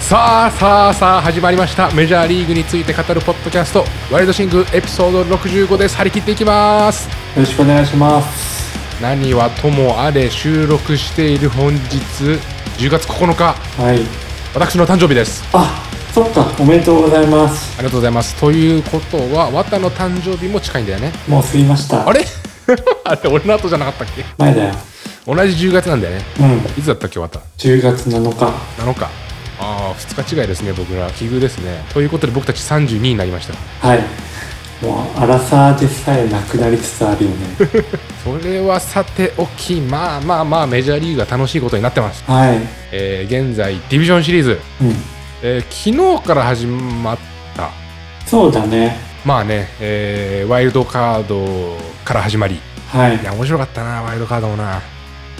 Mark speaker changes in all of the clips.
Speaker 1: さあさあさあ始まりましたメジャーリーグについて語るポッドキャストワイルドシングエピソード65です張り切っていきます
Speaker 2: よろしくお願いします。
Speaker 1: 何はともあれ収録している本日10月9日
Speaker 2: はい。
Speaker 1: 私の誕生日です
Speaker 2: あ、そっか、おめでとうございます。
Speaker 1: ありがとうございますということは綿の誕生日も近いんだよね
Speaker 2: もう過ぎました。
Speaker 1: あれ あれ俺の後じゃなかったっけ
Speaker 2: 前だよ。
Speaker 1: 同じ10月なんだよね
Speaker 2: うん。
Speaker 1: いつだったっけ綿
Speaker 2: 10月7日。
Speaker 1: 7日ああ2日違いですね僕ら奇遇ですねということで僕たち32になりました
Speaker 2: はい。もう、アラサーでさえなくなりつつあるよね。
Speaker 1: それはさておきまあまあまあメジャーリーグが楽しいことになってます、
Speaker 2: はい。
Speaker 1: えー現在ディビジョンシリーズ、
Speaker 2: うん。
Speaker 1: えー昨日から始まった
Speaker 2: そうだね。
Speaker 1: まあね、えーワイルドカードから始まりい
Speaker 2: はい。
Speaker 1: や面白かったなワイルドカードもな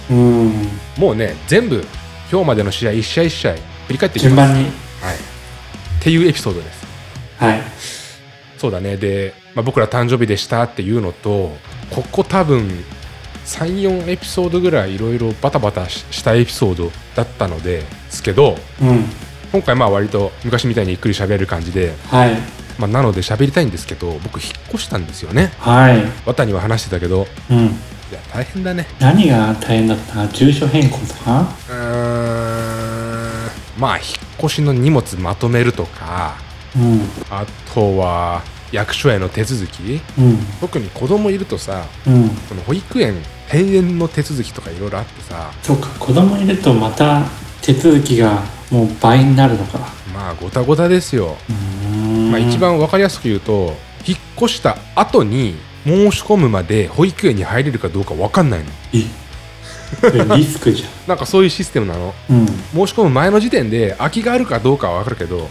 Speaker 2: うん。
Speaker 1: もうね全部今日までの試合一試合一試合振り返っていき
Speaker 2: 順
Speaker 1: ます
Speaker 2: 番に。
Speaker 1: はい、っていうエピソードです
Speaker 2: はい。
Speaker 1: そうだねで、まあ、僕ら誕生日でしたっていうのとここ多分34エピソードぐらいいろいろバタバタししたエピソードだったのですけど
Speaker 2: うん。
Speaker 1: 今回まあ割と昔みたいにゆっくり喋る感じで、
Speaker 2: はい。
Speaker 1: まあ、なので喋りたいんですけど僕引っ越したんですよね
Speaker 2: はい。
Speaker 1: 綿には話してたけど
Speaker 2: うん。
Speaker 1: いや大変だね
Speaker 2: 何が大変だった住所変更とか
Speaker 1: うーんまあ引っ越しの荷物まとめるとか
Speaker 2: うん。
Speaker 1: あとは役所への手続き
Speaker 2: うん。
Speaker 1: 特に子供いるとさ
Speaker 2: うん。
Speaker 1: その保育園閉園の手続きとかいろいろあってさ
Speaker 2: そうか、子供いるとまた手続きがもう倍になるのか。
Speaker 1: まあごたごたですよ、
Speaker 2: うーん。
Speaker 1: まあ、一番分かりやすく言うと引っ越した後に申し込むまで保育園に入れるかどうか分かんないの
Speaker 2: えそれリスクじ
Speaker 1: なんかそういうシステムなの
Speaker 2: ゃんうん
Speaker 1: 申し込む前の時点で空きがあるかどうかは分かるけど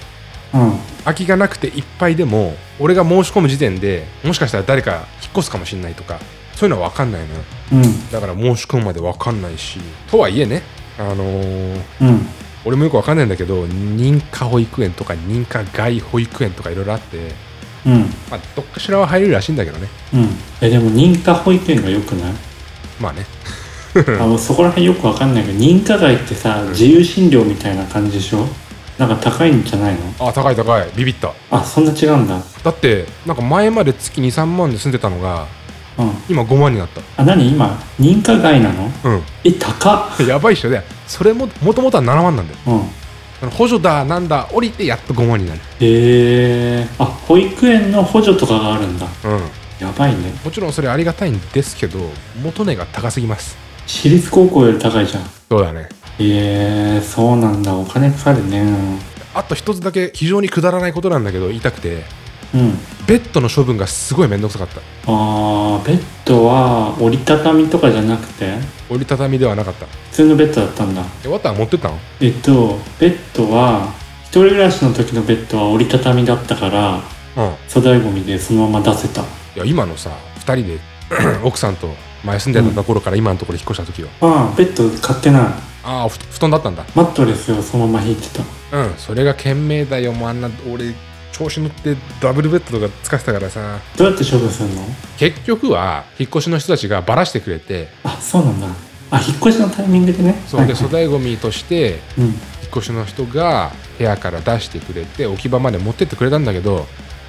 Speaker 2: うん
Speaker 1: 空きがなくていっぱいでも俺が申し込む時点でもしかしたら誰か引っ越すかもしれないとかそういうのは分かんないのよ
Speaker 2: うん
Speaker 1: だから申し込むまで分かんないしとはいえねあのー
Speaker 2: うん
Speaker 1: 俺もよくわかんないんだけど認可保育園とか認可外保育園とかいろいろあって、
Speaker 2: うん
Speaker 1: まあ、どっかしらは入れるらしいんだけどね
Speaker 2: うんえでも認可保育園が良くない、
Speaker 1: まあね
Speaker 2: あのそこら辺よくわかんないけど認可外ってさ自由診療みたいな感じでしょなんか高いんじゃないの
Speaker 1: あ高い高いビビった
Speaker 2: あそんな違うんだ
Speaker 1: だってなんか前まで月23万で住んでたのが
Speaker 2: うん
Speaker 1: 今5万になっ
Speaker 2: あ何今認可外なの
Speaker 1: たうん
Speaker 2: え高っ
Speaker 1: やばいっしょねそれももともとは7万なんだよ
Speaker 2: うん
Speaker 1: あの補助だなんだ降りてやっと5万になる
Speaker 2: へえあ保育園の補助とかがあるんだ
Speaker 1: うん
Speaker 2: やばいね
Speaker 1: もちろんそれありがたいんですけど元値が高すぎます
Speaker 2: 私立高校より高いじゃん
Speaker 1: そうだね
Speaker 2: へえそうなんだお金かかるね
Speaker 1: あと一つだけ非常にくだらないことなんだけど言いたくて
Speaker 2: うん
Speaker 1: ベッドの処分がすごい面倒くさかった
Speaker 2: あーベッドは折りたたみとかじゃなくて
Speaker 1: 折りたたみではなかった
Speaker 2: 普通のベッドだったんだ
Speaker 1: え、ワタン持ってったの
Speaker 2: えっとベッドは一人暮らしの時のベッドは折りたたみだったから
Speaker 1: うん。い
Speaker 2: 粗大ゴミでそのまま出せた
Speaker 1: や、今のさ、二人で、 奥さんと前住んでたところから今のところ引っ越した時は。
Speaker 2: ああベッド買ってない
Speaker 1: ああ、ふ布団だったんだ。
Speaker 2: マットレスをそのまま引いてた
Speaker 1: うん、それが賢明だよ。もうあんな、俺、調子乗ってダブルベッドとか使ってたからさ。
Speaker 2: どうやって処分するの
Speaker 1: 結局は、引っ越しの人たちがバラしてくれて、
Speaker 2: あそうなんだあ引っ越しのタイミングでね
Speaker 1: そうで、
Speaker 2: はい
Speaker 1: 粗大ゴミとして、
Speaker 2: うん
Speaker 1: 引っ越しの人が部屋から出してくれて、置き場まで持ってってくれたんだけど、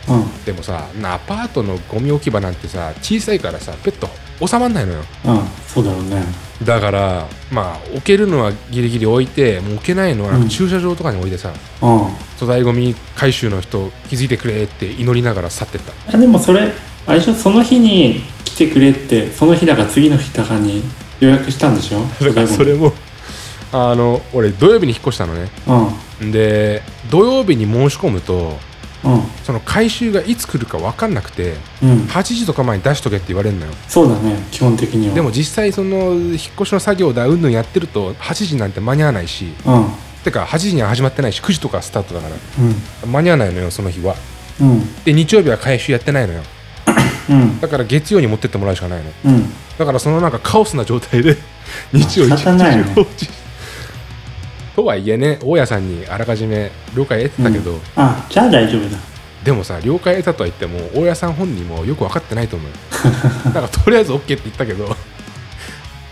Speaker 2: うん
Speaker 1: でもさ、なアパートのゴミ置き場なんてさ、小さいからさ、ベッド収まんないのよ。
Speaker 2: うんそうだろうね
Speaker 1: だからまあ置けるのはギリギリ置いてもう置けないのは
Speaker 2: うん
Speaker 1: 駐車場とかに置いてさ、
Speaker 2: うん
Speaker 1: 粗大ごみ回収の人気づいてくれって祈りながら去ってった
Speaker 2: あでもそれあれでしょその日に来てくれってその日だか次の日だかに予約したんでしょ
Speaker 1: だからそれ
Speaker 2: うん
Speaker 1: もあの俺土曜日に引っ越したのね
Speaker 2: うん
Speaker 1: で土曜日に申し込むとその回収がいつ来るか分かんなくて
Speaker 2: うん
Speaker 1: 8時とか前に出しとけって言われるのよ
Speaker 2: そうだね基本的には
Speaker 1: でも実際その引っ越しの作業だうんぬんやってると8時なんて間に合わないし
Speaker 2: うん
Speaker 1: てか8時には始まってないし9時とかスタートだから間に合わないのよその日は
Speaker 2: うん
Speaker 1: で日曜日は回収やってないのよ
Speaker 2: うん
Speaker 1: だから月曜に持ってってもらうしかないの
Speaker 2: うんうん
Speaker 1: だからそのなんかカオスな状態 で日曜一日
Speaker 2: 仕方ないね
Speaker 1: 中放置とはいえね大家さんにあらかじめ了解得てたけど、
Speaker 2: あじゃあ大丈夫だ
Speaker 1: でもさ了解得たとは言っても大 家さん本人もよく分かってないと思うよだからとりあえず OK って言ったけど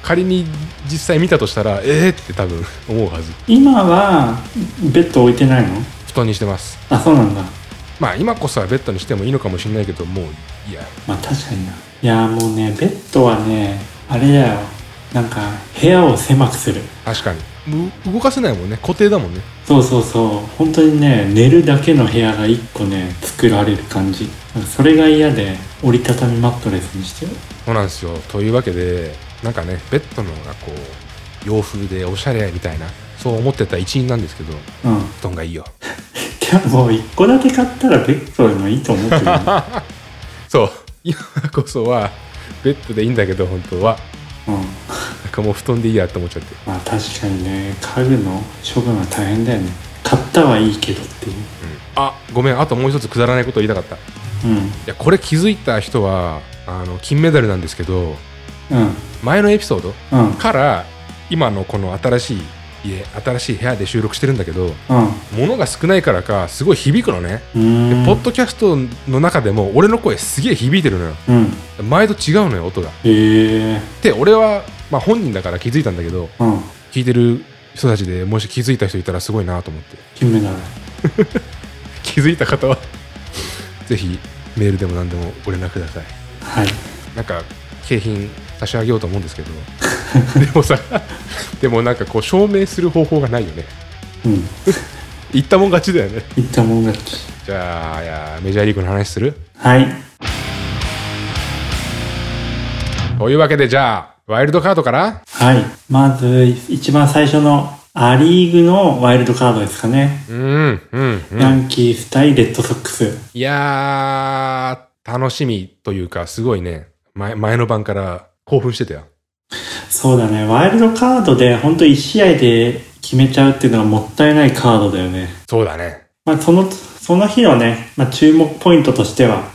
Speaker 1: 仮に実際見たとしたらえーって多分思うはず
Speaker 2: 今はベッド置いてないの
Speaker 1: 布団にしてます
Speaker 2: あそうなんだ
Speaker 1: まあ今こそはベッドにしてもいいのかもしれないけどもういや
Speaker 2: まあ確かにないやもうねベッドはねあれだよなんか部屋を狭くする
Speaker 1: 確かにう動かせないもんね固定だもんね
Speaker 2: そうそうそう本当にね寝るだけの部屋が1個ね作られる感じなんかそれが嫌で折りたたみマットレスにしてる
Speaker 1: そうなんですよというわけでなんかねベッドの方がこう洋風でおしゃれみたいなそう思ってた一員なんですけど
Speaker 2: うん
Speaker 1: 布団がいいよ
Speaker 2: でももう1個だけ買ったらベッドでもいいと思 ってるよ
Speaker 1: そう今こそはベッドでいいんだけど本当は
Speaker 2: うん
Speaker 1: なんかもう布団でいいやって思っちゃって
Speaker 2: まあ確かにね家具の処分は大変だよね買ったはいいけどっていう
Speaker 1: あごめんあともう一つくだらないことを言いたかったいやこれ気づいた人はあの金メダルなんですけど
Speaker 2: うんうん
Speaker 1: 前のエピソード
Speaker 2: うん
Speaker 1: から今のこの新しい家新しい部屋で収録してるんだけど
Speaker 2: うん
Speaker 1: 物が少ないからかすごい響くのね、
Speaker 2: う
Speaker 1: で
Speaker 2: ーん
Speaker 1: ポッドキャストの中でも俺の声すげえ響いてるのよ
Speaker 2: うん
Speaker 1: 前と違うのよ音が
Speaker 2: へえ
Speaker 1: で俺は、まあ、本人だから気づいたんだけど
Speaker 2: うん
Speaker 1: 聞いてる人たちでもし気づいた人いたらすごいなと思って
Speaker 2: 金メダル
Speaker 1: 気づいた方は ぜひメールでも何でもご連絡ください
Speaker 2: はい
Speaker 1: なんか景品差し上げようと思うんですけどでもさでもなんかこう証明する方法がないよね
Speaker 2: うん
Speaker 1: 言ったもん勝ちだよね
Speaker 2: いったもん勝ち
Speaker 1: じゃあいやメジャーリーグの話する
Speaker 2: はい
Speaker 1: というわけでじゃあワイルドカードから
Speaker 2: はいまず一番最初のア・リーグのワイルドカードですかね、
Speaker 1: うんうんうん
Speaker 2: ヤンキース対レッドソックス
Speaker 1: いやー楽しみというかすごいね前前の晩から興奮してたよ
Speaker 2: そうだねワイルドカードで本当1試合で決めちゃうっていうのはもったいないカードだよね
Speaker 1: そうだね
Speaker 2: まあ、その、その日のね、まあ、注目ポイントとしては、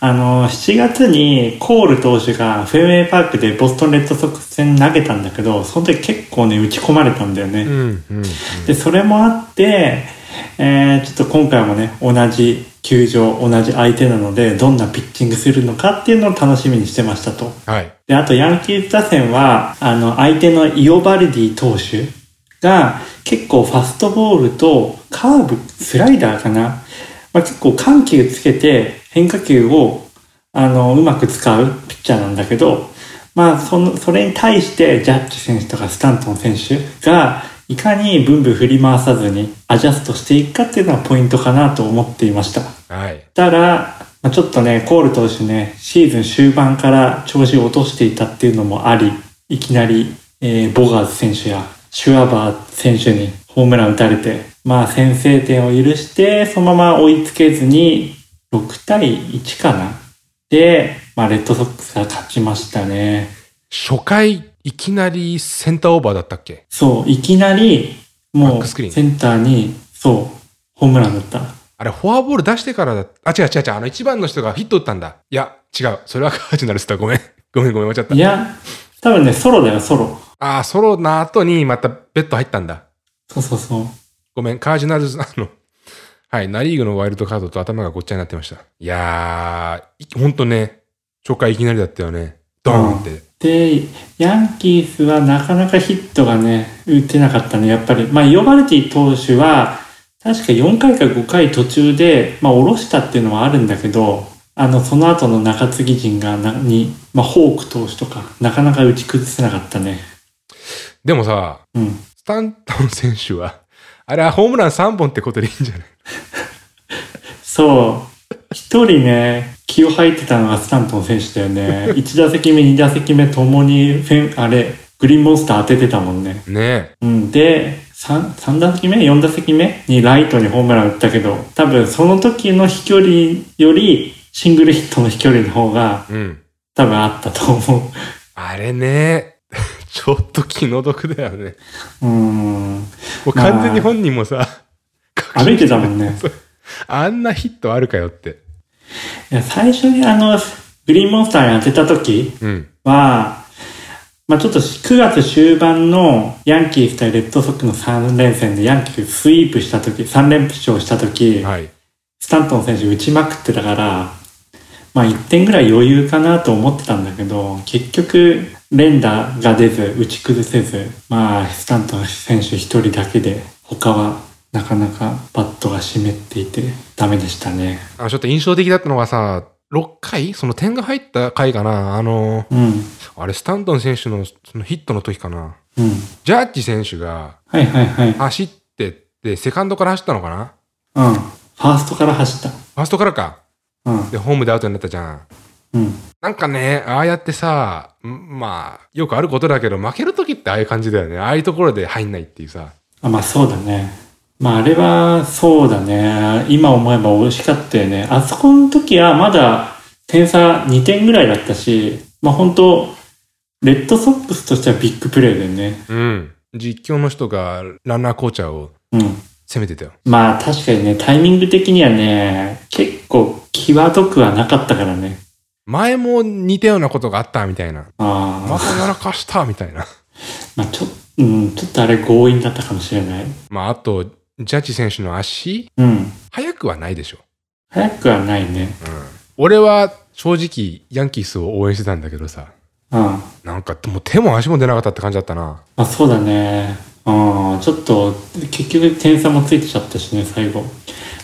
Speaker 2: あの、7月にコール投手がフェンウェイパークでボストンレッドソックス戦投げたんだけど、その時結構ね、打ち込まれたんだよね。
Speaker 1: うんうん、うん、
Speaker 2: で、それもあって、えー、ちょっと今回もね、同じ球場、同じ相手なので、どんなピッチングするのかっていうのを楽しみにしてましたと。
Speaker 1: はい
Speaker 2: で、あとヤンキース打線は、あの、相手のイオバルディ投手が、結構ファストボールとカーブ、スライダーかな。まあ、結構緩急つけて変化球を、あの、うまく使うピッチャーなんだけど、まあ、その、それに対して、ジャッジ選手とかスタントン選手が、いかにブンブン振り回さずにアジャストしていくかっていうのがポイントかなと思っていました。
Speaker 1: はい
Speaker 2: たら、まあ、ちょっとね、コール投手ね、シーズン終盤から調子を落としていたっていうのもあり、いきなり、えーボガーズ選手やシュワバー選手にホームラン打たれて、まあ先制点を許して、そのまま追いつけずに、6対1かな。で、まあレッドソックスが勝ちましたね。
Speaker 1: 初回いきなりセンターオーバーだったっけ
Speaker 2: そう、いきなり、
Speaker 1: バ
Speaker 2: も
Speaker 1: ッ
Speaker 2: う
Speaker 1: クスクリーン
Speaker 2: センターに、そう、ホームラン打った。
Speaker 1: あれフォアボール出してからだあ違う違う違うあの1番の人がヒット打ったんだいや違うそれはカージナルスだごめんごめんごめん間違った
Speaker 2: いや、多分ね、ソロだよ、ソロ。
Speaker 1: ああソロの後にまたベッド入ったんだ
Speaker 2: そうそうそう。
Speaker 1: ごめん、カージナル ズ、あの、はい、ナリーグのワイルドカードと頭がごっちゃになってました。いやー、いほんとね、初回いきなりだったよね。ドーンって。
Speaker 2: で、ヤンキースはなかなかヒットがね、打てなかったね、やっぱり。まあ、ヨバルティ投手は、確か4回か5回途中で、まあ、下ろしたっていうのはあるんだけど、あの、その後の中継ぎ陣がな、に、まあ、ホーク投手とか、なかなか打ち崩せなかったね。
Speaker 1: でもさ、
Speaker 2: うん。
Speaker 1: スタントン選手は、 あれはホームラン3本ってことでいいんじゃない
Speaker 2: そう。一人ね、気を吐いてたのがスタントン選手だよね。1打席目、2打席目ともにフェン、あれ、グリーンモンスター当ててたもんね。
Speaker 1: ね
Speaker 2: うん、で 3, 3打席目4打席目にライトにホームラン打ったけど多分その時の飛距離よりシングルヒットの飛距離の方が
Speaker 1: え。うん。
Speaker 2: 多分あったと思う
Speaker 1: あれね、 ちょっと気の毒だよね。
Speaker 2: うーん
Speaker 1: もう完全に本人もさ、
Speaker 2: 歩いてたもんね
Speaker 1: あんなヒットあるかよって。
Speaker 2: いや最初にあのグリーンモンスターに当てた時
Speaker 1: うん。
Speaker 2: は、まあ、ちょっと9月終盤のヤンキース対レッドソックスの3連戦でヤンキーススイープした時3連勝した時、
Speaker 1: はい。
Speaker 2: スタントン選手打ちまくってたから、まあ1点ぐらい余裕かなと思ってたんだけど、結局、連打が出ず、打ち崩せず、まあ、スタントン選手一人だけで、他はなかなかバットが湿っていて、ダメでしたね。
Speaker 1: あのちょっと印象的だったのがさ、6回その点が入った回かなあの、
Speaker 2: うん、
Speaker 1: あれ、スタントン選手のそのヒットの時かな
Speaker 2: うん。
Speaker 1: ジャッジ選手が
Speaker 2: はいはいはい。
Speaker 1: 走ってって、セカンドから走ったのかな
Speaker 2: うん。ファーストから走っ
Speaker 1: ファーストからか。
Speaker 2: た。うん。
Speaker 1: で、ホームでアウトになったじゃん。
Speaker 2: うん。
Speaker 1: なんかね、ああやってさ、んまあ、よくあることだけど、負ける時ってああいう感じだよね。ああいうところで入んないっていうさ。
Speaker 2: あ、まあそうだね。まああれは、そうだね。今思えば惜しかったよね。あそこの時はまだ点差2点ぐらいだったし、まあ本当レッドソックスとしてはビッグプレーだよね。
Speaker 1: うん。実況の人がランナーコーチャーを
Speaker 2: うん。
Speaker 1: 攻めてたよ。
Speaker 2: まあ確かにね、タイミング的にはね、結構際どくはなかったからね。
Speaker 1: 前も似たようなことがあったみたいな。
Speaker 2: あ
Speaker 1: ま
Speaker 2: あ、
Speaker 1: たやらかしたみたいな。
Speaker 2: まあちょ,、うん、ちょっとあれ強引だったかもしれない。
Speaker 1: まあ、あと、ジャッジ選手の足、
Speaker 2: うん。
Speaker 1: 速くはないでしょ。
Speaker 2: 早くはないね。
Speaker 1: 俺は正直ヤンキースを応援してたんだけどさ
Speaker 2: うん。ま
Speaker 1: なんかもう手も足も出なかったって感じだったな
Speaker 2: あそうだね。うん。ちょっと、結局点差もついてちゃったしね、最後。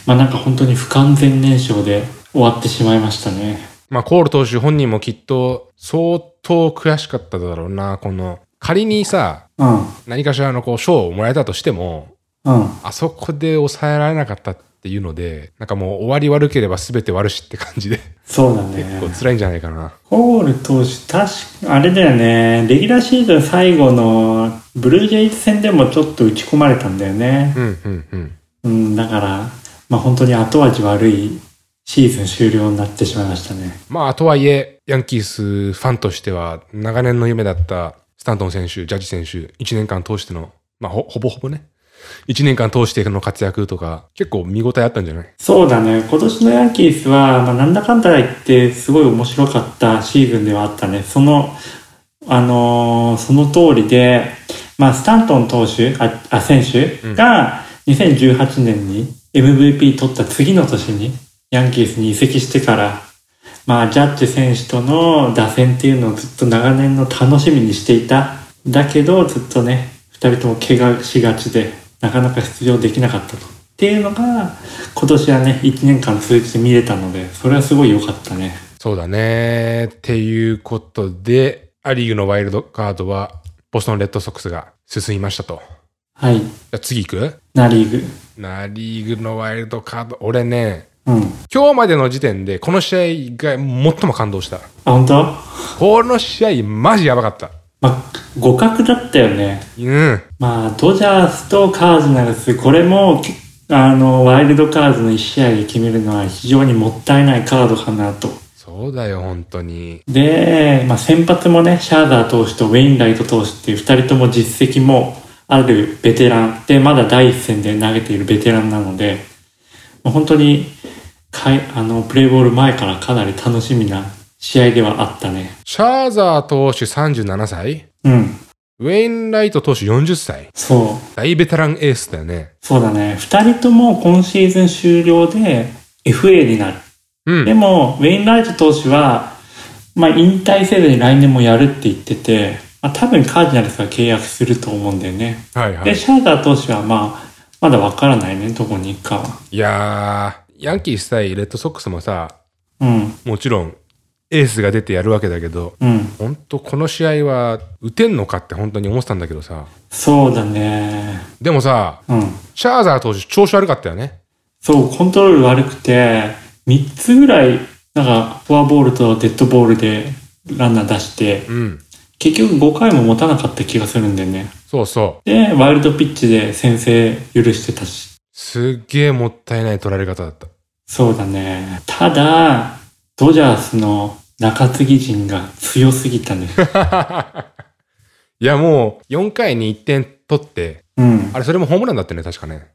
Speaker 2: まあなんか本当に不完全燃焼で終わってしまいましたね。
Speaker 1: まあコール投手本人もきっと相当悔しかっただろうなこの仮にさ
Speaker 2: うん。
Speaker 1: 何かしらのこう賞をもらえたとしても
Speaker 2: うん。
Speaker 1: あそこで抑えられなかったっていうのでなんかもう終わり悪ければ全て悪しって感じで
Speaker 2: そうだね。
Speaker 1: 結構辛いんじゃないかな
Speaker 2: ホール投手、確か、あれだよね、レギュラーシーズン最後のブルージェイズ戦でもちょっと打ち込まれたんだよね
Speaker 1: う。んうんうん
Speaker 2: うん、だから、まあ本当に後味悪いシーズン終了になってしまいましたね。
Speaker 1: まあとはいえヤンキースファンとしては長年の夢だったスタントン選手ジャッジ選手1年間通してのまあほほぼほぼね1年間通しての活躍とか結構見応えあったんじゃない
Speaker 2: そうだね、今年のヤンキースは、まあなんだかんだ言ってすごい面白かったシーズンではあったね。その、あのーその通りで、まあスタントン投手、あ、あ選手が2018年に MVP 取った次の年にヤンキースに移籍してから、まあジャッジ選手との打線っていうのをずっと長年の楽しみにしていた。だけどずっとね、二人とも怪我しがちで、なかなか出場できなかったと。っていうのが、今年はね、1年間通じて見れたので、それはすごい良かったね。
Speaker 1: そうだねっていうことでア・リーグのワイルドカードはボストン・レッドソックスが進みましたと
Speaker 2: はい。
Speaker 1: じゃあ次行く
Speaker 2: ナリーグ。
Speaker 1: ナ・リーグのワイルドカード俺ね
Speaker 2: うん。
Speaker 1: 今日までの時点でこの試合が最も感動した
Speaker 2: あ、本当
Speaker 1: この試合マジやばかった
Speaker 2: まあ、互角だったよね。
Speaker 1: うん
Speaker 2: まあ、ドジャースとカージナルス、これも、けあの、ワイルドカードの1試合で決めるのは非常にもったいないカードかなと。
Speaker 1: そうだよ本当に
Speaker 2: で、まあ、先発もね、シャーザー投手とウェインライト投手っていう2人とも実績もあるベテランで、まだ第一線で投げているベテランなので、まあ本当にかいあのプレーボール前からかなり楽しみな試合ではあったね。
Speaker 1: シャーザー投手37歳、
Speaker 2: うん、
Speaker 1: ウェインライト投手40歳、
Speaker 2: そう。
Speaker 1: 大ベテランエースだよね。
Speaker 2: そうだね。二人とも今シーズン終了で FA になる。
Speaker 1: うん
Speaker 2: でも、ウェインライト投手は、まあ引退せずに来年もやるって言ってて、まあ多分カージナルスは契約すると思うんだよね。
Speaker 1: はいは
Speaker 2: で、
Speaker 1: い。
Speaker 2: シャーザー投手はまあ、まだわからないね、どこに行くかは。
Speaker 1: いやー、ヤンキース対レッドソックスもさ、
Speaker 2: うん、
Speaker 1: もちろんエースが出てやるわけだけど、
Speaker 2: うん。
Speaker 1: ほんとこの試合は打てんのかって本当に思ってたんだけどさ。
Speaker 2: そうだね。
Speaker 1: でもさ、
Speaker 2: うん。
Speaker 1: シャーザー投手調子悪かったよね。
Speaker 2: そう、コントロール悪くて、3つぐらい、なんか、フォアボールとデッドボールでランナー出して、
Speaker 1: うん。
Speaker 2: 結局5回も持たなかった気がするんだよね。
Speaker 1: そうそう。
Speaker 2: で、ワイルドピッチで先制許してたし。
Speaker 1: すっげえもったいない取られ方だった。
Speaker 2: そうだね。ただ、ドジャースの中継ぎ陣が強すぎたね。
Speaker 1: いやもう4回に1点取って、
Speaker 2: うん。
Speaker 1: あれそれもホームランだったよね、確かね。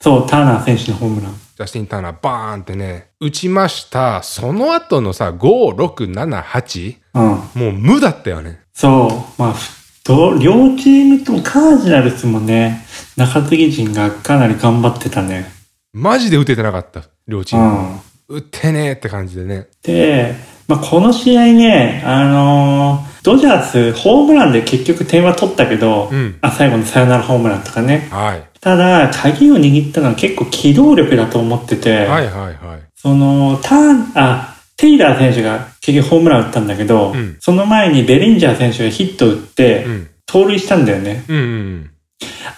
Speaker 2: そう、ターナー選手のホームラン。
Speaker 1: ジャスティン・ターナーバーンってね、打ちました。その後のさ、5、6、7、8、
Speaker 2: うん。
Speaker 1: もう無だったよね。
Speaker 2: そう、まあ、ふど両チームともカージナルスもね、中継ぎ陣がかなり頑張ってたね。
Speaker 1: マジで打ててなかった、両チ
Speaker 2: う
Speaker 1: ーム。
Speaker 2: ん。
Speaker 1: 打ってねーって感じでね。
Speaker 2: で、まあ、この試合ね、あのードジャース、ホームランで結局点は取ったけど、
Speaker 1: うん
Speaker 2: あ最後のサヨナラホームランとかね。
Speaker 1: はい
Speaker 2: ただ、鍵を握ったのは結構機動力だと思ってて、
Speaker 1: はいはいはい
Speaker 2: その、ターン、あ、テイラー選手が結局ホームラン打ったんだけど、
Speaker 1: うん
Speaker 2: その前にベリンジャー選手がヒット打って、
Speaker 1: うん
Speaker 2: 盗塁したんだよね。
Speaker 1: うんうん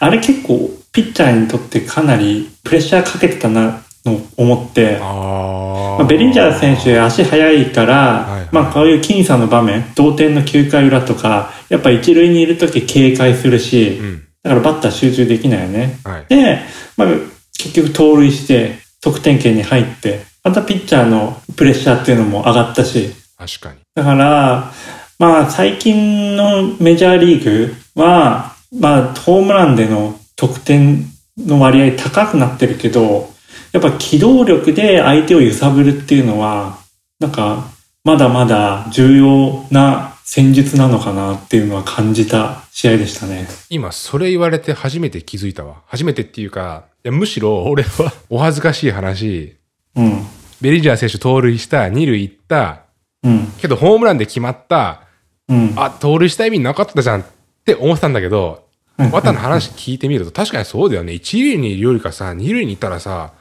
Speaker 2: あれ結構、ピッチャーにとってかなりプレッシャーかけてたな、の思って、
Speaker 1: あ
Speaker 2: まあ、ベリンジャー選手足速いから、
Speaker 1: いはい
Speaker 2: まあこういう僅差の場面、同点の9回裏とか、やっぱ一塁にいるとき警戒するし、
Speaker 1: うん
Speaker 2: だからバッター集中できないよね。
Speaker 1: はい
Speaker 2: で、まあ、結局盗塁して、得点圏に入って、またピッチャーのプレッシャーっていうのも上がったし、
Speaker 1: 確かに
Speaker 2: だから、まあ最近のメジャーリーグは、まあホームランでの得点の割合高くなってるけど、やっぱ機動力で相手を揺さぶるっていうのは、なんかまだまだ重要な戦術なのかなっていうのは感じた試合でしたね。
Speaker 1: 今それ言われて初めて気づいたわ初めてっていうかいやむしろ俺は お恥ずかしい話
Speaker 2: うん。
Speaker 1: ベリンジャー選手盗塁した二塁行った
Speaker 2: うん。
Speaker 1: けどホームランで決まった
Speaker 2: うん。
Speaker 1: あ盗塁した意味なかったじゃんって思ってたんだけど綿の話聞いてみると確かにそうだよね一塁にいるよりかさ二塁にいたらさ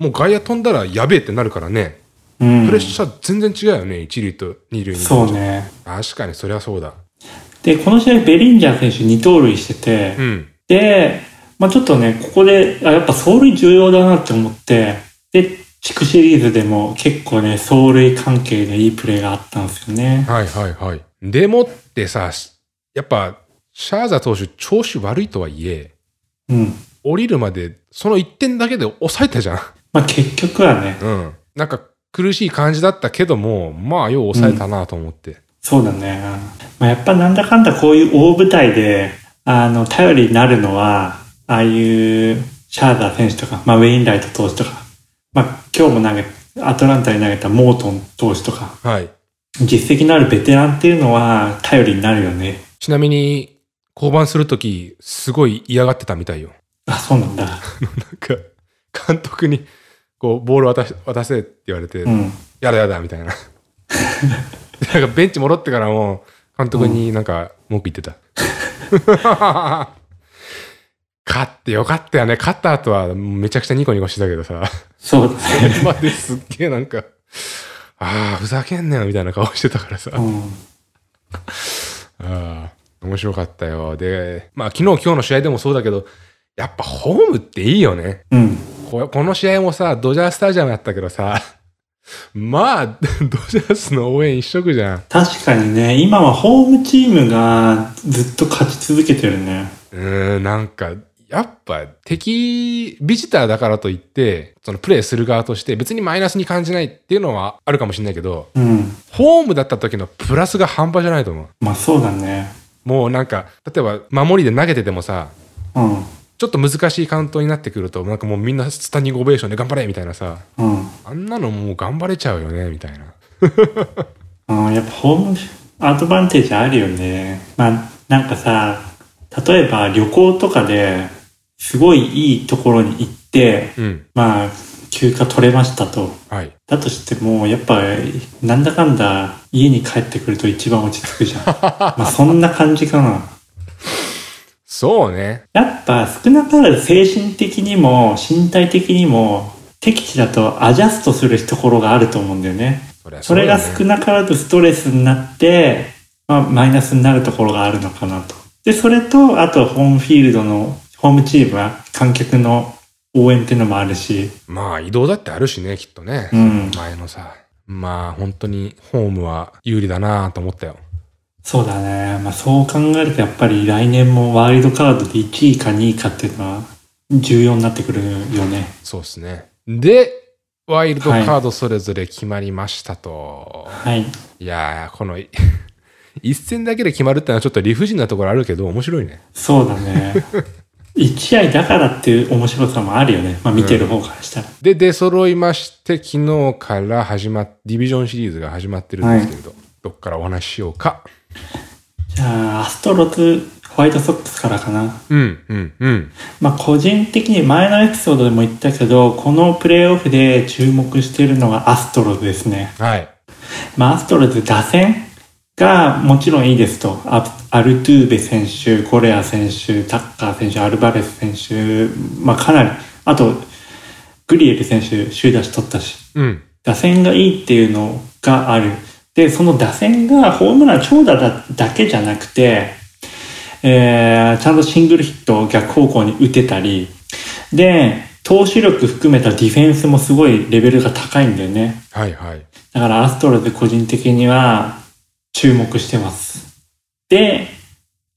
Speaker 1: もう外野飛んだらやべえってなるからね
Speaker 2: うん
Speaker 1: プレッシャー全然違うよね一塁と二塁に
Speaker 2: そうね。
Speaker 1: 確かにそりゃそうだ
Speaker 2: で、この試合ベリンジャー選手2盗塁してて、
Speaker 1: うん
Speaker 2: で、まあちょっとね、ここで、あやっぱ走塁重要だなって思って、で、地区シリーズでも結構ね、走塁関係でいいプレーがあったんですよね。
Speaker 1: はいはいはいでもってさやっぱシャーザ投手調子悪いとはいえ
Speaker 2: うん。
Speaker 1: 降りるまでその1点だけで抑えたじゃん
Speaker 2: まあ結局はね、
Speaker 1: うんなんか苦しい感じだったけどもまあよう抑えたなと思って、
Speaker 2: そうだね。まあやっぱなんだかんだこういう大舞台で、あの、頼りになるのは、ああいうシャーザー選手とか、まあウェインライト投手とか、まあ今日も投げ、アトランタに投げたモートン投手とか、
Speaker 1: はい
Speaker 2: 実績のあるベテランっていうのは頼りになるよね。
Speaker 1: ちなみに降板するときすごい嫌がってたみたいよ
Speaker 2: あ、そうなんだ。
Speaker 1: なんか監督にこうボール渡し渡せって言われて、
Speaker 2: うん。
Speaker 1: やだやだみた いななんかベンチ戻ってからも監督になんか文句言ってた、 勝ってよかったよね勝った後はめちゃくちゃニコニコしてたけど さ
Speaker 2: そうだね。
Speaker 1: 今ですっげえなんかああふざけんなよみたいな顔してたからさ、
Speaker 2: うん。
Speaker 1: ああ、面白かったよ。で、まあ昨日今日の試合でもそうだけど、やっぱホームっていいよね。
Speaker 2: うん。
Speaker 1: ここの試合もさ、ドジャースタジアムだったけどさ、 まあ、 ドジャースの応援一色じゃん。
Speaker 2: 確かにね、今はホームチームがずっと勝ち続けてるね。
Speaker 1: うーん、なんか、やっぱ敵、ビジターだからといって、そのプレイする側として別にマイナスに感じないっていうのはあるかもしれないけど、
Speaker 2: うん。
Speaker 1: ホームだった時のプラスが半端じゃないと思う。
Speaker 2: まあそうだね。
Speaker 1: もうなんか、例えば守りで投げててもさ、
Speaker 2: うん。
Speaker 1: ちょっと難しいカウントになってくると、なんかもうみんなスタンディングオベーションで頑張れみたいなさ、
Speaker 2: うん。
Speaker 1: あんなのもう頑張れちゃうよね、みたいな。
Speaker 2: うん、やっぱホームアドバンテージあるよね。まあなんかさ、例えば旅行とかですごいいいところに行って、
Speaker 1: うん。
Speaker 2: まあ休暇取れましたと。
Speaker 1: はい。
Speaker 2: だとしても、やっぱ、なんだかんだ家に帰ってくると一番落ち着くじ ゃん。まあそんな感じかな。
Speaker 1: そうね。
Speaker 2: やっぱ少なからず精神的にも身体的にも敵地だとアジャストするところがあると思うんだよね。
Speaker 1: そりゃ
Speaker 2: それが少
Speaker 1: い。
Speaker 2: なからずストレスになって、まあ、マイナスになるところがあるのかなと。で、それと、あとホームフィールドのホームチームは観客の応援っていうのもあるし、
Speaker 1: まあ移動だってあるしね、きっとね
Speaker 2: う。ん、
Speaker 1: 前のさ。まあ本当にホームは有利だなと思ったよ。
Speaker 2: そうだね。まあそう考えるとやっぱり来年もワイルドカードで1位か2位かっていうのは重要になってくるよね。
Speaker 1: そうですね。で、ワイルドカードそれぞれ決まりましたと。
Speaker 2: はい。
Speaker 1: い、 やー、この一戦だけで決まるってのはちょっと理不尽なところあるけど、面白いね。
Speaker 2: そうだね。一試合だからっていう面白さもあるよね。まあ見てる方からしたら。
Speaker 1: で、出揃いまして、昨日から始まっ、ディビジョンシリーズが始まってるんですけれど、どっからお話ししようか。
Speaker 2: じゃあ、アストロズ、ホワイトソックスからかな。
Speaker 1: うん、うん、うん。
Speaker 2: まあ個人的に前のエピソードでも言ったけど、このプレーオフで注目しているのがアストロズですね。
Speaker 1: はい。
Speaker 2: まあアストロズ打線がもちろんいいですとアアルトゥーベ選手コレア選手タッカー選手アルバレス選手、まあ、かなりあとグリエル選手首位打し取ったし
Speaker 1: うん。
Speaker 2: 打線がいいっていうのがある。で、その打線がホームラン長打だだけじゃなくて、えーちゃんとシングルヒットを逆方向に打てたり、で、投手力含めたディフェンスもすごいレベルが高いんだよね。
Speaker 1: はいはい。
Speaker 2: だからアストロズ個人的には注目してます。で、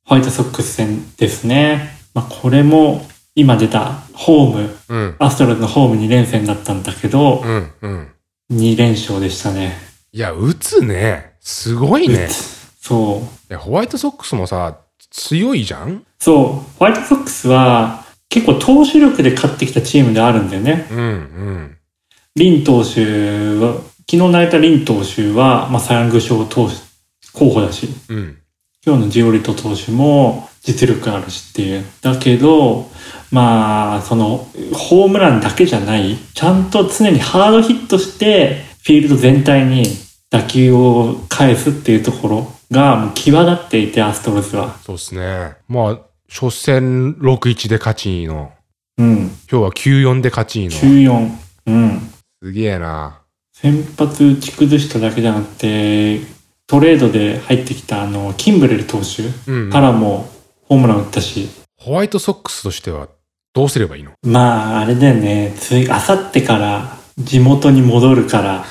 Speaker 2: ホワイトソックス戦ですね。まあ、これも今出たホーム、
Speaker 1: うん。
Speaker 2: アストロズのホーム2連戦だったんだけど、
Speaker 1: うん。うん。
Speaker 2: 2連勝でしたね。
Speaker 1: いや、打つね。すごいね。
Speaker 2: そう。
Speaker 1: いや、ホワイトソックスもさ、強いじゃん
Speaker 2: そう。ホワイトソックスは結構投手力で勝ってきたチームであるんだよね。
Speaker 1: うんうん。
Speaker 2: リン投手は、昨日投げたリン投手は、まあ、サヤング賞投手、候補だし、
Speaker 1: うん。
Speaker 2: 今日のジオリト投手も実力あるしっていう。だけど、まあ、その、ホームランだけじゃない、ちゃんと常にハードヒットして、フィールド全体に打球を返すっていうところが、もう際立っていて、アストロズは。
Speaker 1: そうっすね。まあ、初戦6-1で勝ちの。
Speaker 2: うん。
Speaker 1: 今日は9-4で勝ちの。す
Speaker 2: 94。うん。
Speaker 1: げえな。
Speaker 2: 先発打ち崩しただけじゃなくて、トレードで入ってきたあの、キンブレル投手
Speaker 1: うん。
Speaker 2: からもホームラン打ったし、
Speaker 1: ホワイトソックスとしては、どうすればいいの
Speaker 2: まあ、あれだよね、つい、あさってから地元に戻るから、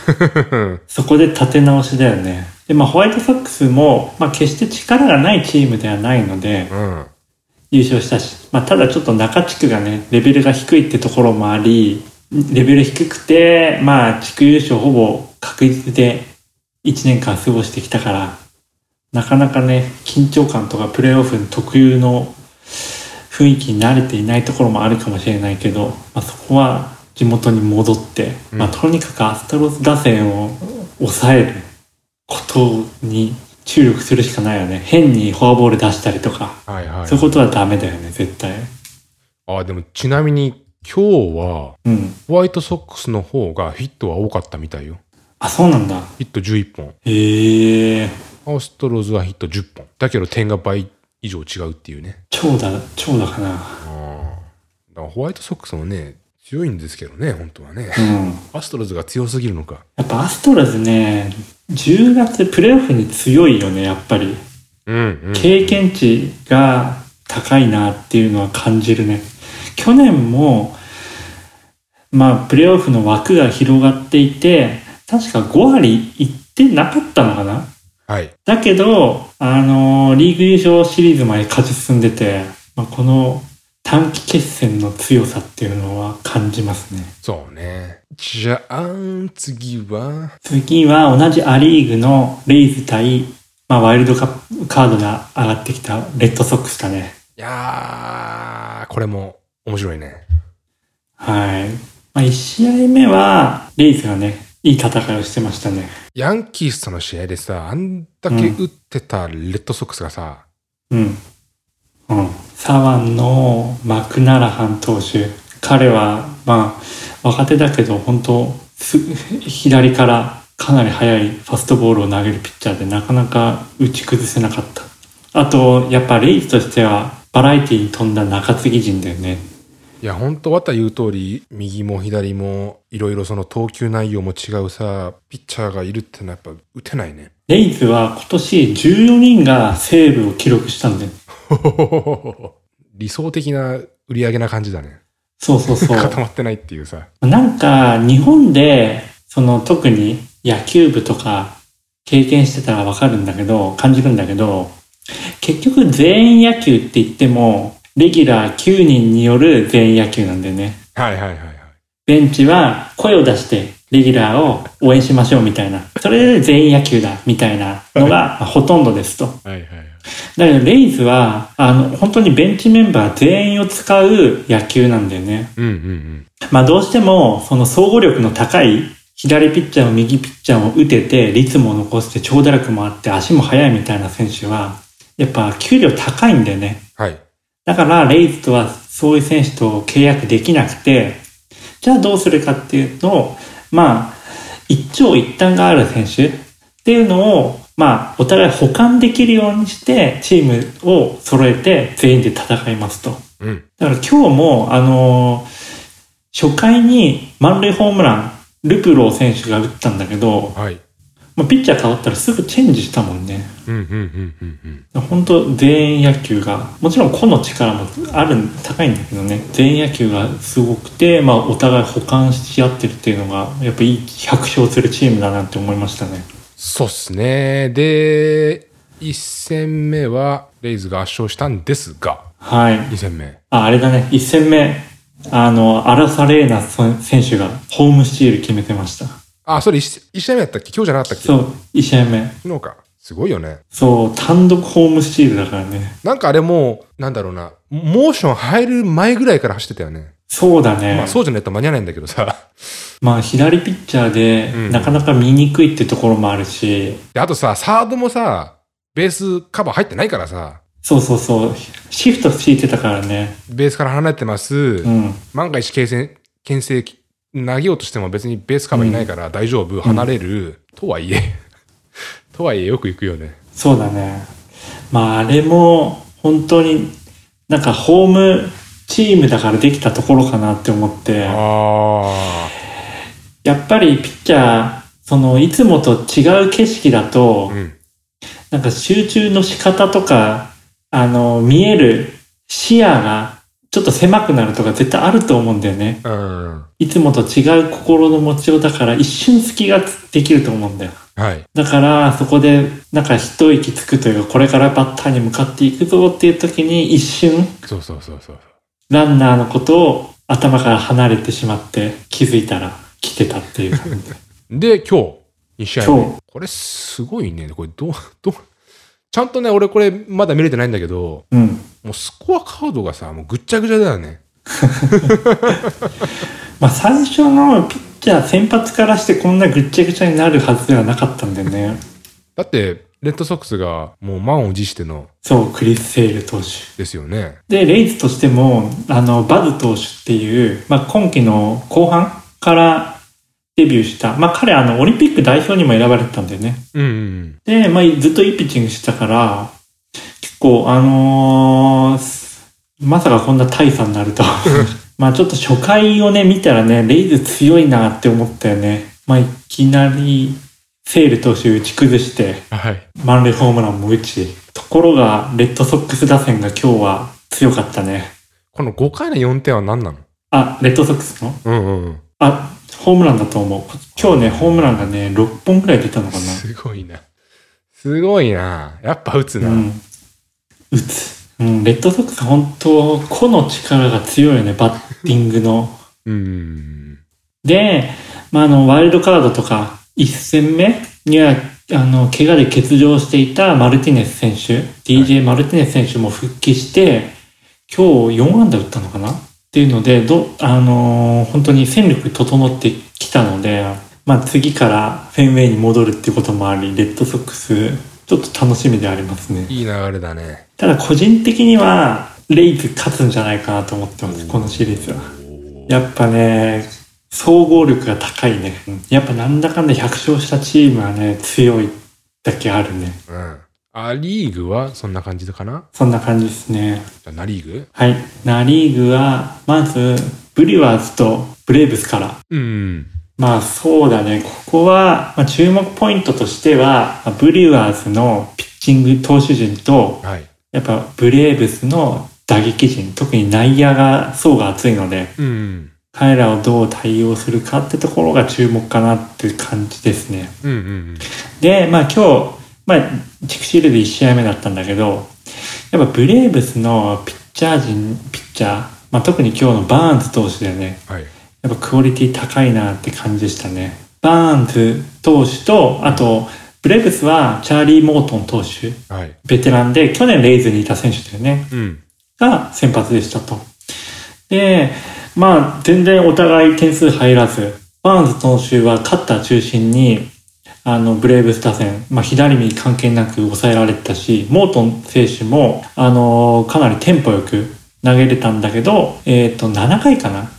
Speaker 2: そこで立て直しだよね。で、まあ、ホワイトソックスも、まあ、決して力がないチームではないので、
Speaker 1: うん。
Speaker 2: 優勝したし、まあ、ただちょっと中地区がね、レベルが低いってところもあり、レベル低くて、まあ、地区優勝ほぼ確実で1年間過ごしてきたから、なかなかね、緊張感とかプレーオフ特有の雰囲気に慣れていないところもあるかもしれないけど、まあ、そこは地元に戻って、
Speaker 1: うん
Speaker 2: まあ、とにかくアストロズ打線を抑えることに注力するしかないよね。変にフォアボール出したりとか。
Speaker 1: はいはい
Speaker 2: そういう。ことはダメだよね、絶対。
Speaker 1: あ、でもちなみに、今日は、
Speaker 2: うん。
Speaker 1: ホワイトソックスの方がヒットは多かったみたいよ。
Speaker 2: あ、そうなんだ。
Speaker 1: ヒット11本。
Speaker 2: へえ。
Speaker 1: アストロズはヒット10本。だけど点が倍以上違うっていうね。
Speaker 2: 長打、長打かな。
Speaker 1: ああ。だからホワイトソックスもね、強いんですけどね、本当はね
Speaker 2: う。ん。
Speaker 1: アストロズが強すぎるのか。
Speaker 2: やっぱアストラズね、10月プレーオフに強いよね、やっぱり。
Speaker 1: うん、うん。
Speaker 2: 経験値が高いなっていうのは感じるね。去年も、まあ、プレーオフの枠が広がっていて、確か5割いってなかったのかな
Speaker 1: はい。
Speaker 2: だけど、あのーリーグ優勝シリーズまで勝ち進んでて、まあ、この短期決戦の強さっていうのは感じますね。
Speaker 1: そうね。じゃあ、次は。
Speaker 2: 次は同じア・リーグのレイズ対、まあ、ワイルドカカードが上がってきたレッドソックスだね。
Speaker 1: いやー、これも面白いね。
Speaker 2: はい。まあ、1試合目は、レイズがね、いい戦いをしてましたね。
Speaker 1: ヤンキースとの試合でさ、あんだけ打ってたレッドソックスがさ、
Speaker 2: うん。うん。左腕のマクナラハン投手。彼は、まあ、若手だけど、本当す 左からかなり速いファストボールを投げるピッチャーで、なかなか打ち崩せなかった。あと、やっぱレイズとしては、バラエティに富んだ中継ぎ陣だよね。
Speaker 1: いや、本当わた言う通り、右も左も、いろいろその投球内容も違うさ、ピッチャーがいるってのはやっぱ打てないね。
Speaker 2: レイズは今年14人がセーブを記録したんだよ。
Speaker 1: 理想的な売り上げな感じだね。
Speaker 2: そうそうそう。
Speaker 1: 固まってないっていうさ。
Speaker 2: なんか日本でその特に野球部とか経験してたらわかるんだけど感じるんだけど結局全員野球って言ってもレギュラー9人による全員野球なんだよね
Speaker 1: はいはいはいはい。
Speaker 2: ベンチは声を出してレギュラーを応援しましょうみたいなそれで全員野球だみたいなのがほとんどですと
Speaker 1: はいはいはい。
Speaker 2: だけどレイズはあの本当にベンチメンバー全員を使う野球なんだよね
Speaker 1: うんうんうん。
Speaker 2: まあどうしても、その総合力の高い左ピッチャーも右ピッチャーも打てて、率も残して長打力もあって足も速いみたいな選手は、やっぱ給料高いんだよね。
Speaker 1: はい。
Speaker 2: だからレイズとはそういう選手と契約できなくて、じゃあどうするかっていうと、まあ、一長一短がある選手っていうのをまあ、お互い補完できるようにして、チームを揃えて、全員で戦いますと。
Speaker 1: うん。
Speaker 2: だから今日も、あのー初回に満塁ホームラン、ルプロー選手が打ったんだけど、
Speaker 1: はい。
Speaker 2: まあ、ピッチャー変わったらすぐチェンジしたもんね。
Speaker 1: うんうんうんうんうん。
Speaker 2: 本当全員野球がもちろん個の力もある高いんだけどね全員野球がすごくて、まあ、お互い補完し合ってるっていうのがやっぱいい100勝するチームだなって思いましたね
Speaker 1: そうっすね。で、1戦目はレイズが圧勝したんですが、
Speaker 2: はい
Speaker 1: 2戦目。
Speaker 2: ああれだね1戦目あのアラサレーナ選手がホームスチール決めてました
Speaker 1: あ、それ 1, 試合目やったっけ今日じゃなかったっけ
Speaker 2: そう1試合目
Speaker 1: 昨日か。すごいよね。
Speaker 2: そう単独ホームスチールだからね
Speaker 1: なんかあれもう、なんだろうな、モーション入る前ぐらいから走ってたよね。
Speaker 2: そうだね、
Speaker 1: まあそうじゃないと間に合わないんだけどさ。
Speaker 2: まあ左ピッチャーで、
Speaker 1: うん
Speaker 2: なかなか見にくいってところもあるし
Speaker 1: で、あとさ、サードもさ、ベースカバー入ってないからさ、
Speaker 2: そうそうそうシフト敷いてたからね
Speaker 1: ベースから離れてます。
Speaker 2: うん
Speaker 1: 万が一牽制、牽制投げようとしても別にベースカバーいないから大丈夫、離れる、とはいえ、 とはいえよく行くよね。
Speaker 2: そうだね。まあ、あれも、本当に、なんか、ホームチームだからできたところかなって思って、
Speaker 1: あ
Speaker 2: やっぱりピッチャー、その、いつもと違う景色だ
Speaker 1: あ。
Speaker 2: と
Speaker 1: う、ん。
Speaker 2: なんか集中の仕方とか、あの、見える視野が、ちょっと狭くなるとか絶対あると思うんだよね。
Speaker 1: うん。
Speaker 2: いつもと違う心の持ちようだから、一瞬隙ができると思うんだよ。
Speaker 1: はい。
Speaker 2: だから、そこで、なんか一息つくというか、これからバッターに向かっていくぞっていう時に、一瞬、
Speaker 1: そうそうそうそう。
Speaker 2: ランナーのことを頭から離れてしまって、気づいたら来てたっていう感じ。
Speaker 1: で、今日、2試合
Speaker 2: 今
Speaker 1: 目。これすごいね。これどう、どう、ちゃんとね、俺これまだ見れてないんだけど、
Speaker 2: うん。
Speaker 1: もうスコアカードがさ、もうぐっちゃぐちゃだよね。
Speaker 2: まあ、最初のピッチャー先発からしてこんなぐっちゃぐちゃになるはずではなかったんだよね。
Speaker 1: だって、レッドソックスがもう満を持しての
Speaker 2: そう、クリス・セール投手。
Speaker 1: ですよね。
Speaker 2: で、レイズとしても、あの、バズ投手っていう、まあ、今季の後半からデビューした。まあ、彼、あの、オリンピック代表にも選ばれてたんだよね。
Speaker 1: うんうん
Speaker 2: で、まあ、ずっといいピッチングしてたから、結構、あのーまさかこんな大差になるとは。まあ、ちょっと初回をね、見たらね、レイズ強いなって思ったよね。まあ、いきなり、セール投手打ち崩して、
Speaker 1: うん。はい。
Speaker 2: 満塁ホームランも打ち。ところが、レッドソックス打線が今日は強かったね。
Speaker 1: この5回の4点は何なの
Speaker 2: あ、レッドソックスの
Speaker 1: うんうんうん。
Speaker 2: あ、ホームランだと思う。今日ね、ホームランがね、6本くらい出たのかな。
Speaker 1: すごいな。すごいな。やっぱ打つな。
Speaker 2: うん、打つ、うん、レッドソックス本当個の力が強いよねバッティングの
Speaker 1: うん。
Speaker 2: で、まあ、あのワイルドカードとか1戦目にはあの怪我で欠場していたマルティネス選手 DJ マルティネス選手も復帰して今日4安打打ったのかなっていうのでど、あのー本当に戦力整ってきたので、まあ、次からフェンウェイに戻るっていうこともありレッドソックスちょっと楽しみでありますね。
Speaker 1: いい流れだね。
Speaker 2: ただ個人的にはレイズ勝つんじゃないかなと思ってます
Speaker 1: おー
Speaker 2: このシリーズはやっぱね総合力が高いねやっぱなんだかんだ100勝したチームはね強いだけあるね
Speaker 1: うん。ア・リーグはそんな感じかな
Speaker 2: そんな感じですね
Speaker 1: じゃあナ・リーグ
Speaker 2: はいナ・リーグはまずブリュワーズとブレーブスから
Speaker 1: うん。
Speaker 2: まあそうだねここは、まあ、注目ポイントとしてはまあブリュワーズのピッチング投手陣と
Speaker 1: はい。
Speaker 2: やっぱブレーブスの打撃陣、特に内野が層が厚いので、
Speaker 1: うん。
Speaker 2: 彼らをどう対応するかってところが注目かなっていう感じですね。
Speaker 1: うんうんうん。
Speaker 2: で、まあ今日、まあ、地区シールで1試合目だったんだけど、やっぱブレーブスのピッチャー陣、ピッチャー、まあ特に今日のバーンズ投手だよね。
Speaker 1: はい。
Speaker 2: やっぱクオリティ高いなって感じでしたね。バーンズ投手と、あと、ブレーブスはチャーリー・モートン投手、
Speaker 1: はい。
Speaker 2: ベテランで、去年レイズにいた選手だよね。
Speaker 1: うん。
Speaker 2: が先発でしたと。で、まあ、全然お互い点数入らず、バーンズ投手はカッター中心に、あの、ブレイブス打線、まあ、左右関係なく抑えられてたし、モートン選手も、あのかなりテンポよく投げれたんだけど、えっ、と、7回かな。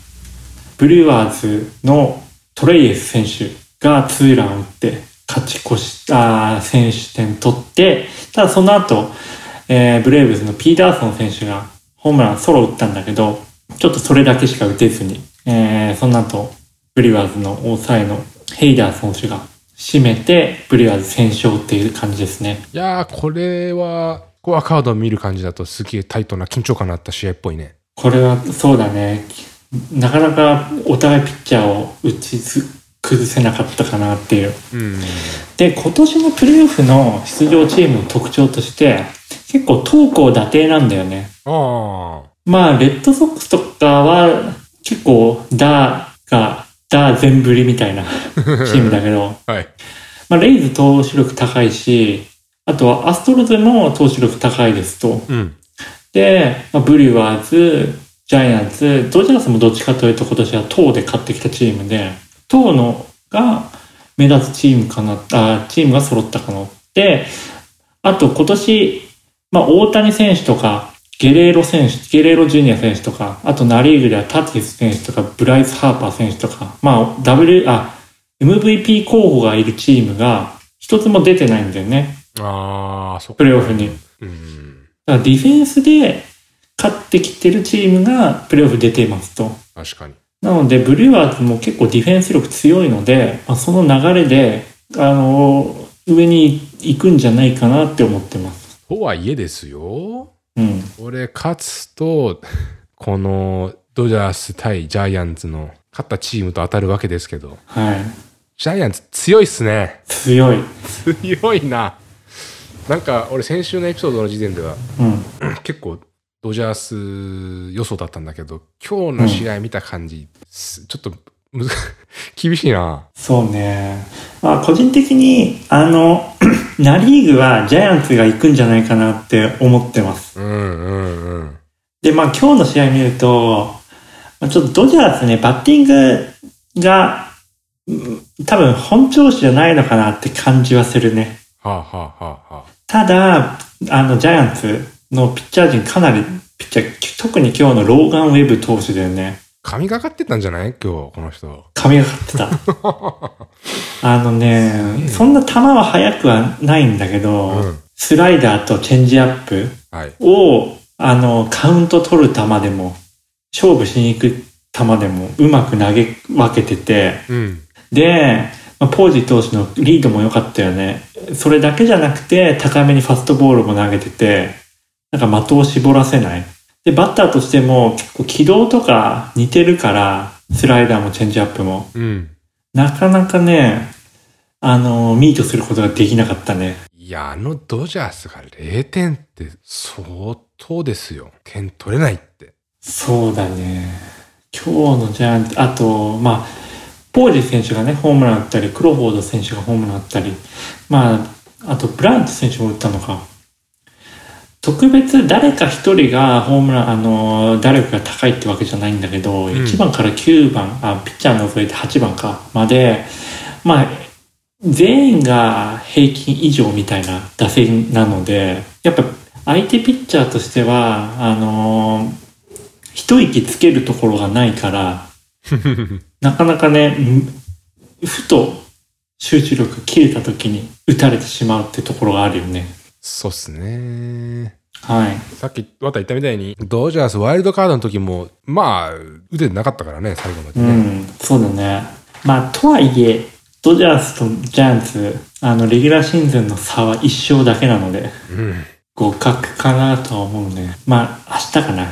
Speaker 2: ブリュワーズのトレイエス選手がツーランを打って、勝ち越した選手点取って、ただその後、えーブレーブスのピーターソン選手がホームランソロ打ったんだけど、ちょっとそれだけしか打てずに、えーその後、ブリュワーズの抑えのヘイダー選手が締めて、ブリュワーズ戦勝っていう感じですね。
Speaker 1: いやー、これは、スコアカードを見る感じだとすげえタイトな緊張感のあった試合っぽいね。
Speaker 2: これはそうだねなかなかお互いピッチャーを打ちず崩せなかったかなっていう
Speaker 1: うん。
Speaker 2: で今年のプレーオフの出場チームの特徴として結構投高打低なんだよね
Speaker 1: ああ。
Speaker 2: まあレッドソックスとかは結構ダーがダー全振りみたいなチームだけど
Speaker 1: はい。
Speaker 2: まあレイズ投手力高いしあとはアストロズも投手力高いですと
Speaker 1: うん。
Speaker 2: で、まあ、ブリュワーズ、ジャイアンツ、ドジャースもどっちかというと今年は党で勝ってきたチームで、党のが目立つチームかな、あチームが揃ったかな。で、あと今年、まあ、大谷選手とか、ゲレーロ選手、ゲレーロジュニア選手とか、あとナリーグではタティス選手とか、ブライス・ハーパー選手とか、まあ、W、あ、MVP 候補がいるチームが、一つも出てないんだよね、
Speaker 1: ああ、そっ
Speaker 2: プ
Speaker 1: か。
Speaker 2: レーオフに。
Speaker 1: うん。
Speaker 2: だからディフェンスで勝ってきてるチームがプレーオフ出ていますと。
Speaker 1: 確かに。
Speaker 2: なので、ブリュワーズも結構ディフェンス力強いので、まあ、その流れで、あの上に行くんじゃないかなって思ってます。
Speaker 1: とはいえですよ。
Speaker 2: うん。
Speaker 1: これ勝つと、 このドジャース対ジャイアンツの勝ったチームと当たるわけですけど、
Speaker 2: はい。
Speaker 1: ジャイアンツ強いっすね。
Speaker 2: 強い。うん。
Speaker 1: 強いな。なんか俺先週のエピソードの時点では結構ドジャース予想だったんだけど、今日の試合見た感じ、すちょっとむず 厳しいな。
Speaker 2: そうね。まあ、個人的に、あの、 ナリーグはジャイアンツが行くんじゃないかなって思ってます。
Speaker 1: うんうんうん。
Speaker 2: で、まあ今日の試合見ると、まあちょっとドジャースね、バッティングが、うん多分本調子じゃないのかなって感じはするね。
Speaker 1: はあ、はあはあはあ、
Speaker 2: ただ、あの、ジャイアンツのピッチャー陣かなり、ピッチャー、特に今日のローガン・ウェブ投手だよね。
Speaker 1: 神がかってたんじゃない今日この人。
Speaker 2: 神がかって た。あのね、そんな球は速くはないんだけど、
Speaker 1: うん
Speaker 2: スライダーとチェンジアップ
Speaker 1: はい。
Speaker 2: を、あの、カウント取る球でも、勝負しに行く球でも、うまく投げ分けてて、
Speaker 1: うん。
Speaker 2: で、まあポージー投手のリードも良かったよね。それだけじゃなくて、高めにファストボールも投げてて、なんか的を絞らせない。で、バッターとしても、結構軌道とか似てるから、スライダーもチェンジアップも。
Speaker 1: うん。
Speaker 2: なかなかね、あの、ミートすることができなかったね。
Speaker 1: いや、あのドジャースが0点って相当ですよ。点取れないって。
Speaker 2: そうだね。今日のジャイアンツ、あと、まあ、ポージ選手がね、ホームラン打ったり、クロフォード選手がホームラン打ったり、まあ、あと、ブラント選手も打ったのか。特別誰か一人がホームラン、あの、打力が高いってわけじゃないんだけど、
Speaker 1: ん
Speaker 2: 1番から9番、あ、ピッチャー除いて8番か、まで、まあ、全員が平均以上みたいな打線なので、やっぱ相手ピッチャーとしては、あの一息つけるところがないから、なかなかね、んふと集中力切れた時に打たれてしまうってところがあるよね。
Speaker 1: そうっすね。
Speaker 2: はい。
Speaker 1: さっき、わた言ったみたいに、ドジャースワイルドカードの時も、まあ、打ててなかったからね、最後まで
Speaker 2: う
Speaker 1: ね。
Speaker 2: ん、そうだね。まあ、とはいえ、ドジャースとジャイアンツ、あの、レギュラーシーズンの差は一勝だけなので、
Speaker 1: うん。
Speaker 2: 互角かなとは思うね。まあ、明日かな。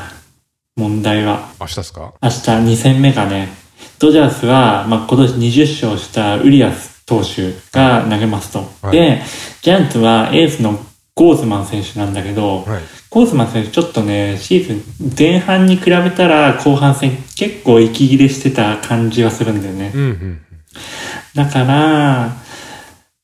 Speaker 2: 問題は。
Speaker 1: 明日っすか
Speaker 2: 明日2戦目がね、ドジャースは、まあ、今年20勝したウリアス投手が投げますと。
Speaker 1: はい
Speaker 2: で、ジャイアンツはエースのゴーズマン選手なんだけど、
Speaker 1: はい。
Speaker 2: ゴーズマン選手ちょっとね、シーズン前半に比べたら後半戦結構息切れしてた感じはするんだよね。
Speaker 1: うんうん。
Speaker 2: だから、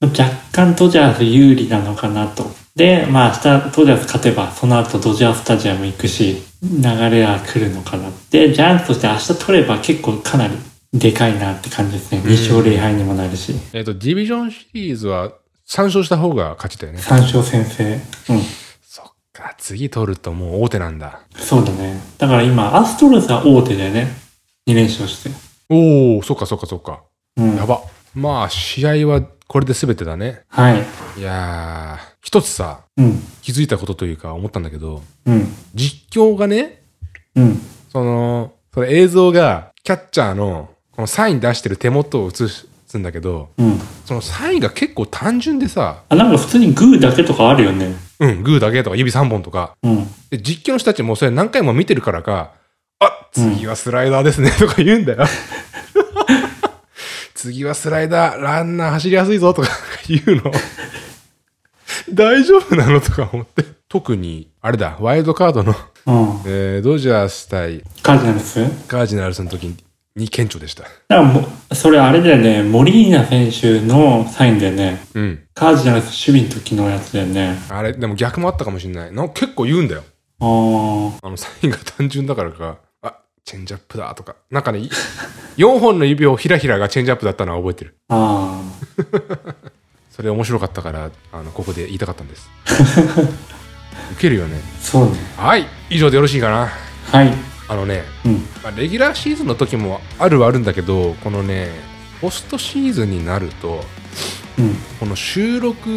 Speaker 2: 若干ドジャース有利なのかなと。で、まあ明日ドジャース勝てば、その後ドジャースタジアム行くし、流れは来るのかな。で、ジャイアンツとして明日取れば結構かなりでかいなって感じですね。2勝0敗にもなるし、
Speaker 1: えっ、と、ディビジョンシリーズは3勝した方が勝ちだよね。
Speaker 2: 3勝先制。うん。
Speaker 1: そっか、次取るともう大手なんだ。
Speaker 2: そうだね。だから今、アストロズは大手だよね。2連勝して。
Speaker 1: おー、そっかそっかそっか。
Speaker 2: うん
Speaker 1: や。ば。まあ、試合はこれで全てだね。
Speaker 2: はい。
Speaker 1: いやー、一つさ、
Speaker 2: うん。
Speaker 1: 気づいたことというか思ったんだけど、
Speaker 2: うん。
Speaker 1: 実況がね、
Speaker 2: うん。
Speaker 1: その、それ映像が、キャッチャーの、このサイン出してる手元を映すんだけど、
Speaker 2: うん。
Speaker 1: そのサインが結構単純でさ、
Speaker 2: あ、なんか普通にグーだけとかあるよね。
Speaker 1: うん、グーだけとか指3本とか、
Speaker 2: うん。
Speaker 1: で実況の人たちもそれ何回も見てるからか、あ次はスライダーですね とか言うんだよ。次はスライダー、ランナー走りやすいぞとか言うの。大丈夫なのとか思って。特に、あれだ、ワイルドカードの、
Speaker 2: うん。
Speaker 1: えードジャース対
Speaker 2: カージナルスだか
Speaker 1: カージナルスの時に顕著でした。
Speaker 2: らもう、それあれだよね。モリーナ選手のサインだよね。
Speaker 1: うん。
Speaker 2: カージナルス守備の時のやつだよね。
Speaker 1: あれ、でも逆もあったかもしれない。なんか結構言うんだよ。
Speaker 2: あー。
Speaker 1: あの、サインが単純だからか、あ、チェンジアップだとか。なんかね、4本の指をひらひらがチェンジアップだったのは覚えてる。
Speaker 2: あ
Speaker 1: それ面白かったから、あの、ここで言いたかったんです。 ウケるよね。
Speaker 2: ー。そうね。
Speaker 1: はい、以上でよろしいかな。
Speaker 2: はい。
Speaker 1: あのね、
Speaker 2: うん。
Speaker 1: まあレギュラーシーズンの時もあるはあるんだけど、このね、ポストシーズンになると、
Speaker 2: うん。
Speaker 1: この収録、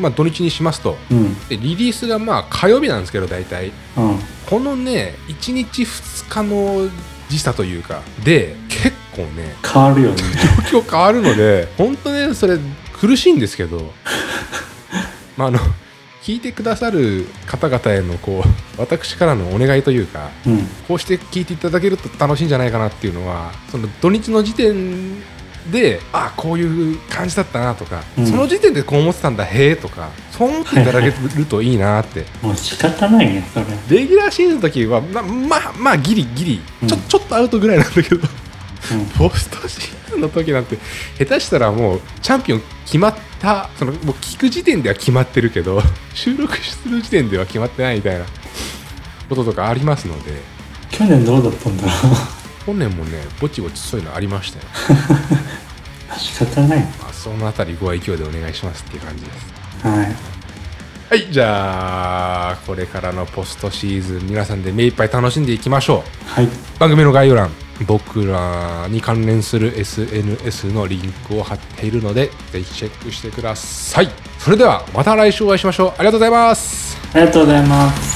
Speaker 1: まあ土日にしますと、
Speaker 2: うん。
Speaker 1: でリリースがまあ火曜日なんですけど、大体。
Speaker 2: うん。
Speaker 1: このね、1日2日の時差というか、で、結構ね、
Speaker 2: 変わる よね。
Speaker 1: 状況変わるの で、本当ね、それ苦しいんですけど、まあ、あの、聞いてくださる方々への、こう、私からのお願いというか、
Speaker 2: うん。
Speaker 1: こうして聞いていただけると楽しいんじゃないかなっていうのは、その土日の時点で、あこういう感じだったなとか、
Speaker 2: うん
Speaker 1: その時点でこう思ってたんだ、へえとか、そう思っていただけるといいなって
Speaker 2: もう仕方ないね、それ。
Speaker 1: レギュラーシーズンの時はままあまあギリギリちょ,、
Speaker 2: うん
Speaker 1: ちょっとアウトぐらいなんだけど
Speaker 2: うん。
Speaker 1: ポストシーズンの時なんて下手したらもうチャンピオン決まったそのもう聞く時点では決まってるけど 収録する時点では決まってないみたいなこととかありますので
Speaker 2: 去年どうだ ったんだろ
Speaker 1: 本年もねぼちぼちそういうのありましたよ、
Speaker 2: う。仕方ない。
Speaker 1: まあ、そのあたりご愛嬌でお願いしますっていう感じです
Speaker 2: はい。
Speaker 1: はいじゃあこれからのポストシーズン皆さんで目いっぱい楽しんでいきましょう
Speaker 2: はい。
Speaker 1: 番組の概要欄僕らに関連する SNS のリンクを貼っているのでぜひチェックしてくださいそれではまた来週お会いしましょうありがとうございます
Speaker 2: ありがとうございます。